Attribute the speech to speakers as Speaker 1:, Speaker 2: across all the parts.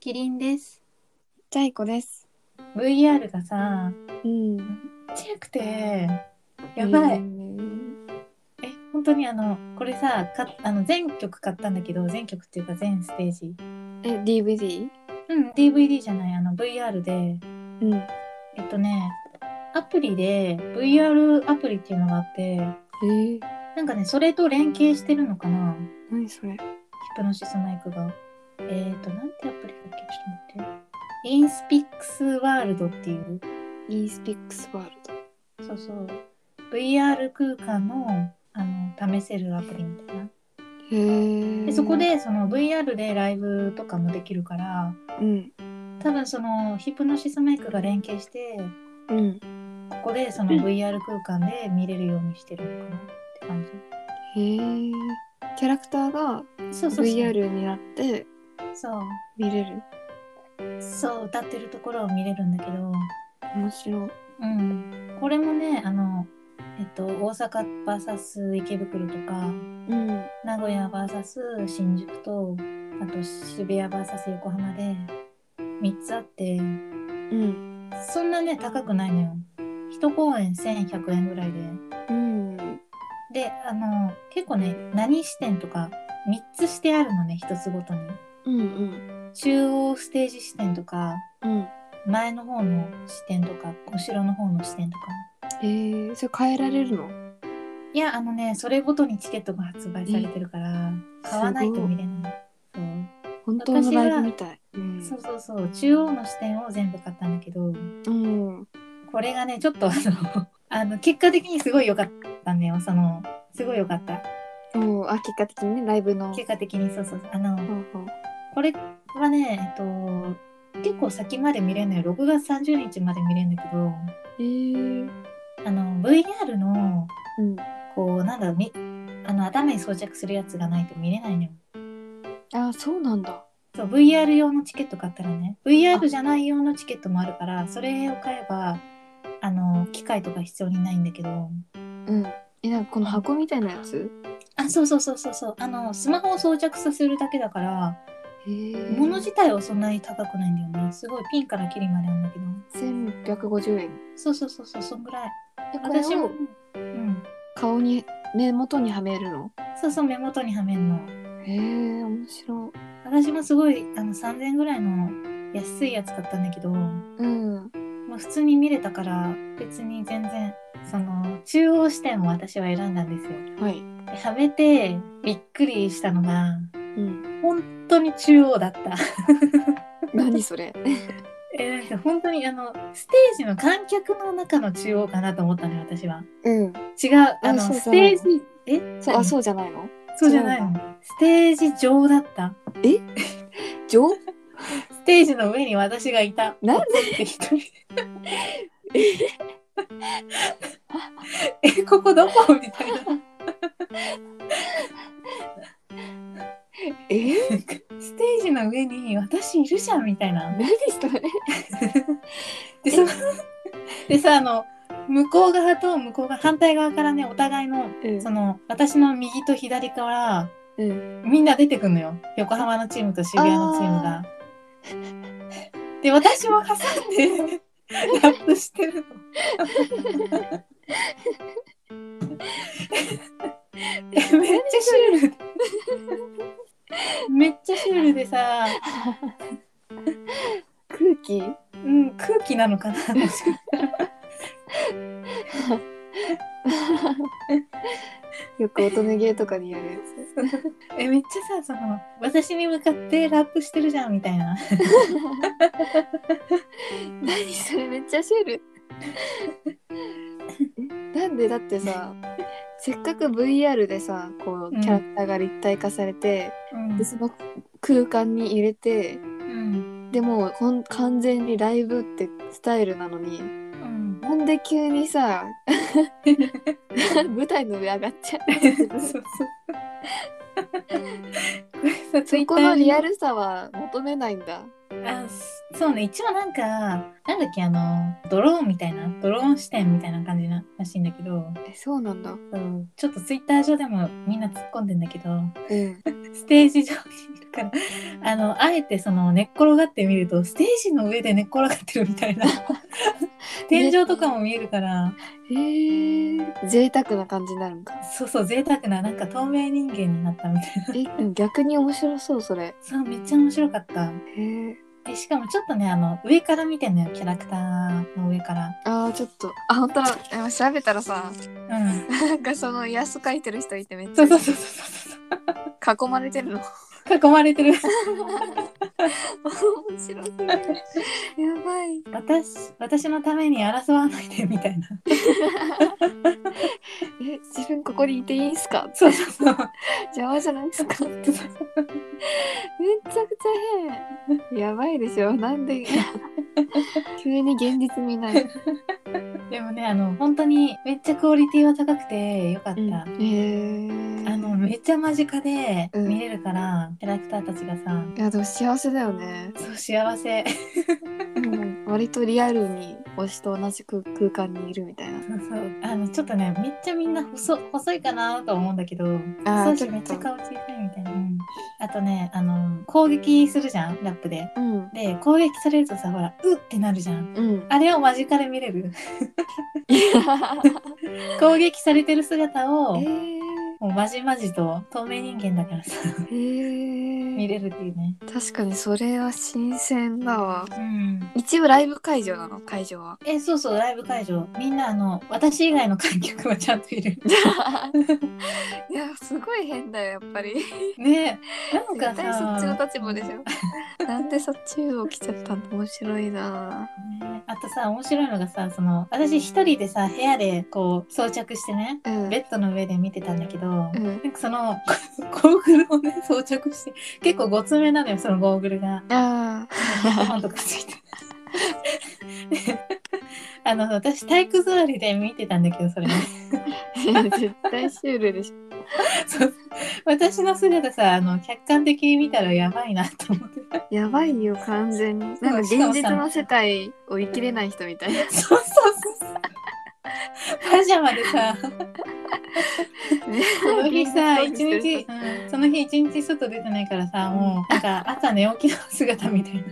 Speaker 1: キリンです。
Speaker 2: ジャイコです。
Speaker 3: VR がさ
Speaker 2: うん。
Speaker 3: ちっくてやばい、
Speaker 2: えー
Speaker 3: え本当にあのこれさかあの全曲買ったんだけど全曲っていうか全ステージ
Speaker 2: え、DVD?
Speaker 3: うん DVD じゃないあの VR で
Speaker 2: うん。
Speaker 3: えっとねアプリで VR アプリっていうのがあって
Speaker 2: えー、
Speaker 3: なんかねそれと連携してるのかな
Speaker 2: 何それ？
Speaker 3: ヒプノシスマイクが。えっ、ー、と、なんてアプリだっけちょっと待って。インスピックスワールドっていう、
Speaker 2: e スピックスワールド。
Speaker 3: そうそう、VR 空間のあの試せるアプリみたいな。
Speaker 2: へー
Speaker 3: でそこ、でその VR でライブとかもできるから、
Speaker 2: うん、
Speaker 3: 多分そのヒプノシスメイクが連携して、
Speaker 2: うん。
Speaker 3: ここでその VR 空間で見れるようにしてるのかなって感
Speaker 2: へーキャラクターが
Speaker 3: じ。そうそうそう。
Speaker 2: VR になって
Speaker 3: そう。
Speaker 2: 見れる。
Speaker 3: そう、歌ってるところを見れるんだけど、
Speaker 2: 面白い。
Speaker 3: うん、これもねあの、えっと、大阪 VS 池袋とか
Speaker 2: うん。
Speaker 3: 名古屋 VS 新宿とあと渋谷 VS 横浜で3つあって
Speaker 2: うん。
Speaker 3: そんなね高くないのよ1公演1100円ぐらいで
Speaker 2: うん。
Speaker 3: であの結構ね何視点とか3つしてあるのね1つごとに
Speaker 2: うんうん。
Speaker 3: 中央ステージ視点とか
Speaker 2: うん。
Speaker 3: 前の方の視点とか後ろの方の視点とか
Speaker 2: えー、それ変えられるの？
Speaker 3: いやあのねそれごとにチケットが発売されてるから買わないと見れない
Speaker 2: 本当のライブみたい。うん
Speaker 3: そう,、そうそうそう中央の視点を全部買ったんだけど
Speaker 2: うん。
Speaker 3: これがねちょっとあの あの結果的にすごい良かったんだよそのすごい良かった
Speaker 2: おーあ、結果的にねライブの。
Speaker 3: 結果的にそうそうあの
Speaker 2: ほうほう
Speaker 3: これはねえっと結構先まで見れるのよ6月30日まで見れるんだけど
Speaker 2: えー、
Speaker 3: あの VR の
Speaker 2: うん。
Speaker 3: こうなんだろうみあの頭に装着するやつがないと見れないのよ
Speaker 2: あ、そうなんだ。
Speaker 3: そう VR 用のチケット買ったらね VR じゃない用のチケットもあるからそれを買えばあの機械とか必要にないんだけど
Speaker 2: うん。え、なんかこの箱みたいなやつ？
Speaker 3: あそうそうそうそうそうあのスマホを装着させるだけだから
Speaker 2: へー
Speaker 3: 物自体はそんなに高くないんだよねすごいピンからキリまであるんだけど
Speaker 2: 1650円
Speaker 3: そうそうそうそうそんぐらい
Speaker 2: えこれ
Speaker 3: 私も
Speaker 2: を
Speaker 3: うん
Speaker 2: 顔に目元にはめるの
Speaker 3: そうそう目元にはめんの
Speaker 2: へえ面白い
Speaker 3: 私もすごいあの3000円ぐらいの安いやつ買ったんだけど
Speaker 2: うん
Speaker 3: まあ、普通に見れたから別に全然その中央視点を私は選んだんですよ。
Speaker 2: はい
Speaker 3: ではめてびっくりしたのが
Speaker 2: うん
Speaker 3: 本当に中央だった。
Speaker 2: 何それ
Speaker 3: えなんか本当にあのステージの観客の中の中央かなと思ったのよ私は。
Speaker 2: うん
Speaker 3: 違うあの
Speaker 2: そう
Speaker 3: ス
Speaker 2: そう
Speaker 3: テージえ
Speaker 2: そうあそうじゃないの
Speaker 3: そうじゃないの。ステージ上だった。
Speaker 2: 上
Speaker 3: ステージの上に私がいた。
Speaker 2: なん
Speaker 3: でえ、ここどこみたいな。
Speaker 2: え
Speaker 3: ステージの上に私いるじゃんみたいな。
Speaker 2: 何それ
Speaker 3: でそのでさあの向こう側と向こう側反対側からねお互いの
Speaker 2: う ん
Speaker 3: その私の右と左から
Speaker 2: うん
Speaker 3: みんな出てくんのよ横浜のチームと渋谷のチームが。で私も挟んでラップしてるの。えめっちゃシュールめっちゃシュールでさ
Speaker 2: 空気
Speaker 3: うん、空気なのかな。確かに
Speaker 2: よく乙女芸とかにやるや
Speaker 3: え、めっちゃさ、その、私に向かってラップしてるじゃんみたいな。
Speaker 2: つ何それめっちゃシュールえなんでだってさせっかく VR でさこ
Speaker 3: う
Speaker 2: うんキャラクターが立体化されて、
Speaker 3: うん
Speaker 2: でその空間に入れて
Speaker 3: うん、
Speaker 2: でもこん完全にライブってスタイルなのに
Speaker 3: うん、
Speaker 2: なんで急に さ 舞台の上上がっちゃう
Speaker 3: そうそう。これ
Speaker 2: そこのリアルさは求めないんだ。
Speaker 3: あすそうね一応なんかなんだっけあのドローンみたいなドローン視点みたいな感じならしいんだけど、
Speaker 2: え、そうなんだ。
Speaker 3: うんちょっとツイッター上でもみんな突っ込んでんだけど
Speaker 2: うん。
Speaker 3: ステージ上にいるからあのあえてその寝っ転がってみるとステージの上で寝っ転がってるみたいな天井とかも見えるから
Speaker 2: へえ。贅沢な感じになるんか。
Speaker 3: そうそう贅沢ななんか透明人間になったみたいな
Speaker 2: え、でも逆に面白そう、それ。
Speaker 3: そうめっちゃ面白かった
Speaker 2: へえ。
Speaker 3: えしかもちょっとねあの上から見てんのよキャラクターの上から
Speaker 2: ああ、ちょっと。あ、本当だ。あ調べたらさ、
Speaker 3: うん
Speaker 2: なんかそのイラスト描いてる人いて めっ ち
Speaker 3: そうそう
Speaker 2: ゃ
Speaker 3: そうそうそう
Speaker 2: 囲まれてるの。
Speaker 3: そう囲まれてる
Speaker 2: 面白すぎる。やばい。
Speaker 3: 私私のために争わないでみたいな
Speaker 2: え、自分ここにいていいんすか
Speaker 3: そうそうそう
Speaker 2: 邪魔じゃないですかめちゃくちゃ変やばいでしょなん で急に現実見ない、
Speaker 3: でもねあの本当にめっちゃクオリティは高くてよかった、
Speaker 2: へえ
Speaker 3: あのめっちゃ間近で
Speaker 2: うん
Speaker 3: 見れるから、キャラクターたちがさ
Speaker 2: いやでも幸せだよね、
Speaker 3: そう幸せ
Speaker 2: うん、割とリアルに推しと同じ空空間にいるみたいな
Speaker 3: そうそう あのちょっとねめっちゃみんな細細いかなと思うんだけど
Speaker 2: あー
Speaker 3: 細いし
Speaker 2: ちょっと
Speaker 3: めっちゃ顔小さいみたいな、うんあとねあの攻撃するじゃんラップで
Speaker 2: うん
Speaker 3: で攻撃されるとさほらうってなるじゃん
Speaker 2: うん
Speaker 3: あれを間近で見れる攻撃されてる姿 を
Speaker 2: え
Speaker 3: もうまじまじと透明人間だからさ
Speaker 2: ー、え
Speaker 3: 見
Speaker 2: ー、
Speaker 3: れるっていうね。
Speaker 2: 確かにそれは新鮮だわ
Speaker 3: うん。
Speaker 2: 一応ライブ会場なの会場は
Speaker 3: えそうそうライブ会場みんなあの私以外の観客はちゃんといる。
Speaker 2: いやすごい変だよやっぱり
Speaker 3: ねえなんか
Speaker 2: 絶対そっち
Speaker 3: さ
Speaker 2: の立場でし ょ。なんでそっちを来ちゃったの面白いな
Speaker 3: ねあとさ面白いのがさその私一人でさ部屋でこう装着してね
Speaker 2: ぁ。うん。
Speaker 3: ベッドの上で見てたんだけど、
Speaker 2: うん。
Speaker 3: なんかそのゴーグルをね装着して結構ごつめなのよそのゴーグルが。
Speaker 2: あ
Speaker 3: 頭とかついて あの私体育座りで見てたんだけどそれね
Speaker 2: あ。絶対シュールでしょ。
Speaker 3: そう私の姿さあの客観的に見たらやばいなと思って
Speaker 2: やばいよ、完全に。なんか現実の世界を生きれない人みたいな。
Speaker 3: そうそうそうパジャマでさ その日 さ一日、うんその日一日外出てないからさもうなんか朝寝起きの姿みたいな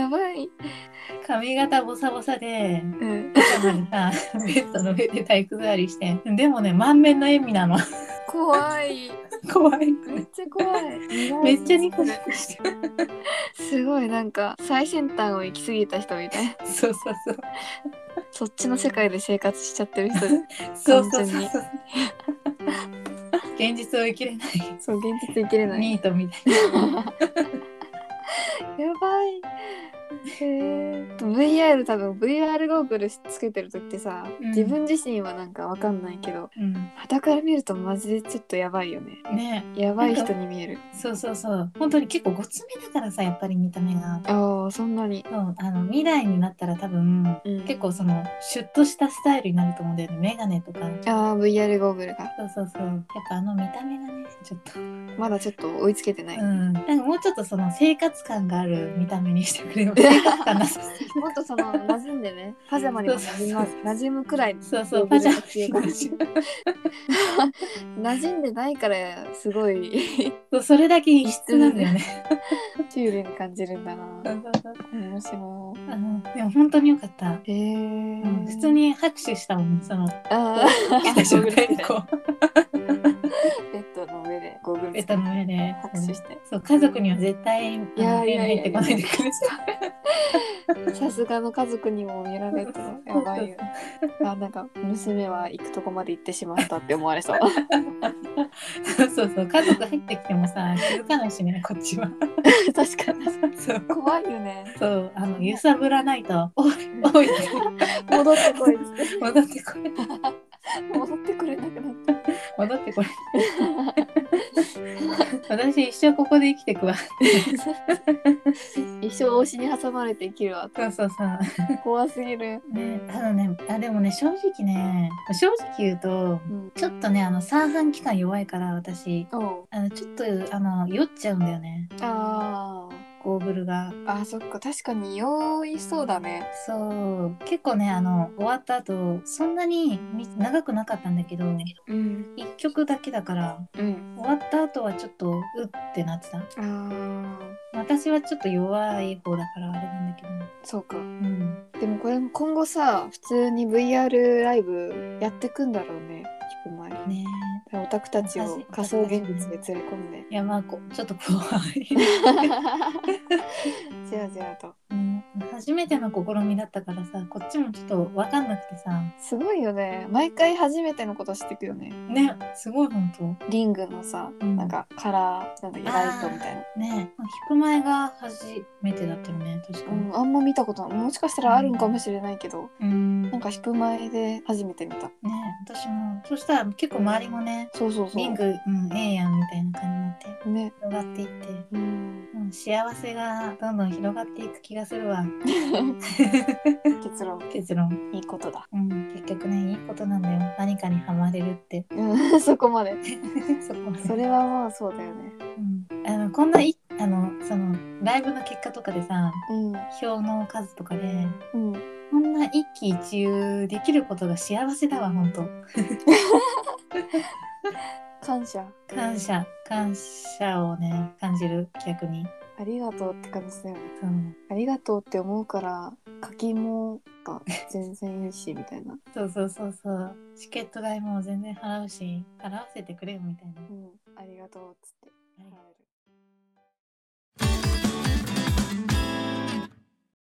Speaker 2: やばい。
Speaker 3: 髪型ボサボサで
Speaker 2: うん。
Speaker 3: パジャ マでさベッドの上で体育座りしてでもね満面の笑みなの
Speaker 2: 怖い。
Speaker 3: 怖い
Speaker 2: めっちゃ怖い。
Speaker 3: めっちゃニコニコしてる。
Speaker 2: すごい、なんか最先端を行き過ぎた人みたいな。
Speaker 3: そうそうそう。
Speaker 2: そっちの世界で生活しちゃってる人。
Speaker 3: そうそうそう
Speaker 2: 完
Speaker 3: そう。現実を生きれない。
Speaker 2: そう、現実生きれない。
Speaker 3: ニートみたいな。
Speaker 2: やばい。 えー、VR 多分 VR ゴーグルつけてる時ってさ、
Speaker 3: うん
Speaker 2: 自分自身はなんかわかんないけど
Speaker 3: うん、
Speaker 2: 傍から見るとマジでちょっとやばいよね
Speaker 3: ね
Speaker 2: やばい人に見える
Speaker 3: そうそうそう。本当に結構ごつめだからさ、やっぱり見た目が。
Speaker 2: ああそんなに
Speaker 3: そうあの未来になったら多分、
Speaker 2: うん
Speaker 3: 結構そのシュッとしたスタイルになると思うんだよねメガネとか
Speaker 2: ああ VR ゴーグルが
Speaker 3: そうそうそうやっぱあの見た目がねちょっとう
Speaker 2: まだちょっと追いつけてない、
Speaker 3: んなんかもうちょっとその生活感がある見た目にしてく れる生活感なさすぎる
Speaker 2: もっとその馴染ん でねパジャマにも馴染
Speaker 3: そ
Speaker 2: ま
Speaker 3: うそう
Speaker 2: 馴染むくらい
Speaker 3: そうそうパジャマ着
Speaker 2: ゴーグルが
Speaker 3: て
Speaker 2: 必要かな 馴染んでないからすごい
Speaker 3: そうそれだけ異質なんだよね。
Speaker 2: シュールに感じるんだな
Speaker 3: あ
Speaker 2: 面白い
Speaker 3: のでも本当に良かった。
Speaker 2: えー、
Speaker 3: 普通に拍手したもん、その、
Speaker 2: ああ
Speaker 3: 来た瞬間に
Speaker 2: ベ
Speaker 3: こう、
Speaker 2: ッドの上でゴーグル
Speaker 3: ベッドの上で。
Speaker 2: 拍手して
Speaker 3: そう、家族には絶対、あの
Speaker 2: いやい
Speaker 3: 家
Speaker 2: や
Speaker 3: に入
Speaker 2: いや
Speaker 3: ってこないでくれ
Speaker 2: さすがの家族にも見られてもやばいよあなんか娘は行くとこまで行ってしまったって思われそう
Speaker 3: た。そうそう、家族入ってきてもさ、気づかないしね、こっちは。
Speaker 2: 確かに
Speaker 3: そう。
Speaker 2: 怖いよね
Speaker 3: そう、あの、揺さぶらないと、おい、おい、
Speaker 2: 戻ってこいっつっ
Speaker 3: 戻ってこい、
Speaker 2: て戻ってくれなくなっ
Speaker 3: 戻ってこい。私一生ここで生きてくわ。
Speaker 2: 一生推しに挟まれて生きるわ
Speaker 3: そうそうそう。
Speaker 2: 怖すぎる
Speaker 3: ね、ただね、あ、でもね、正直ね、正直言うと、
Speaker 2: うん
Speaker 3: ちょっとね、あの、三半期間弱いから、私、
Speaker 2: おう
Speaker 3: あの、ちょっと、あの、酔っちゃうんだよね、
Speaker 2: あー
Speaker 3: ゴーグルが。
Speaker 2: あそっか確かに酔いそうだね
Speaker 3: そう、結構ね、あの、終わった後、そんなにみ長くなかったんだけど、
Speaker 2: うん
Speaker 3: 一曲だけだから、
Speaker 2: うん
Speaker 3: 終わった後はちょっと、うってなってた。
Speaker 2: あー
Speaker 3: 私はちょっと弱い方だから、あれなんだけど、
Speaker 2: そうか
Speaker 3: うん。
Speaker 2: でもこれも今後さ普通に VR ライブやってくんだろうね聞く前に
Speaker 3: ね
Speaker 2: オタクたちを仮想現実で連れ込んで
Speaker 3: いや、まあ、こちょっと怖い。
Speaker 2: じゃあじゃあと
Speaker 3: うん初めての試みだったからさこっちもちょっと分かんなくてさ
Speaker 2: すごいよね毎回初めてのことしてくよね
Speaker 3: ねすごい本
Speaker 2: リングのさ
Speaker 3: うん
Speaker 2: なんかカラーなんだっけライトみたいな
Speaker 3: 当ね引く前が初めてだったよね確か
Speaker 2: う
Speaker 3: に
Speaker 2: ん、あんま見たことないもしかしたらあるんかもしれないけど、
Speaker 3: うん
Speaker 2: なんか引く前で初めて見た
Speaker 3: ね私もそしたら結構周りもね
Speaker 2: そうそうそう
Speaker 3: リング、うん、ええやんみたいな感じになって
Speaker 2: ね
Speaker 3: 広がっていって、
Speaker 2: うん
Speaker 3: うん、幸せがどんどん広がっていく気がするわ
Speaker 2: 結論
Speaker 3: 結論、
Speaker 2: いいことだ、
Speaker 3: うん、結局ねいいことなんだよ何かにハマれるって
Speaker 2: うん、 そこまで
Speaker 3: そこまで
Speaker 2: それはまあそうだよね
Speaker 3: うん、あのこんないあのそのライブの結果とかでさ
Speaker 2: う
Speaker 3: 票の数とかで
Speaker 2: んうん
Speaker 3: こんな一喜一憂できることが幸せだわ本当
Speaker 2: 感謝
Speaker 3: 感謝感謝をね感じる逆に
Speaker 2: ありがとうって感じだよね
Speaker 3: そう
Speaker 2: ありがとうって思うから課金もが全然いいしみたいな、
Speaker 3: そうそうそうそうチケット代も全然払うし払わせてくれよみたいな。
Speaker 2: うん、ありがとうっつって払える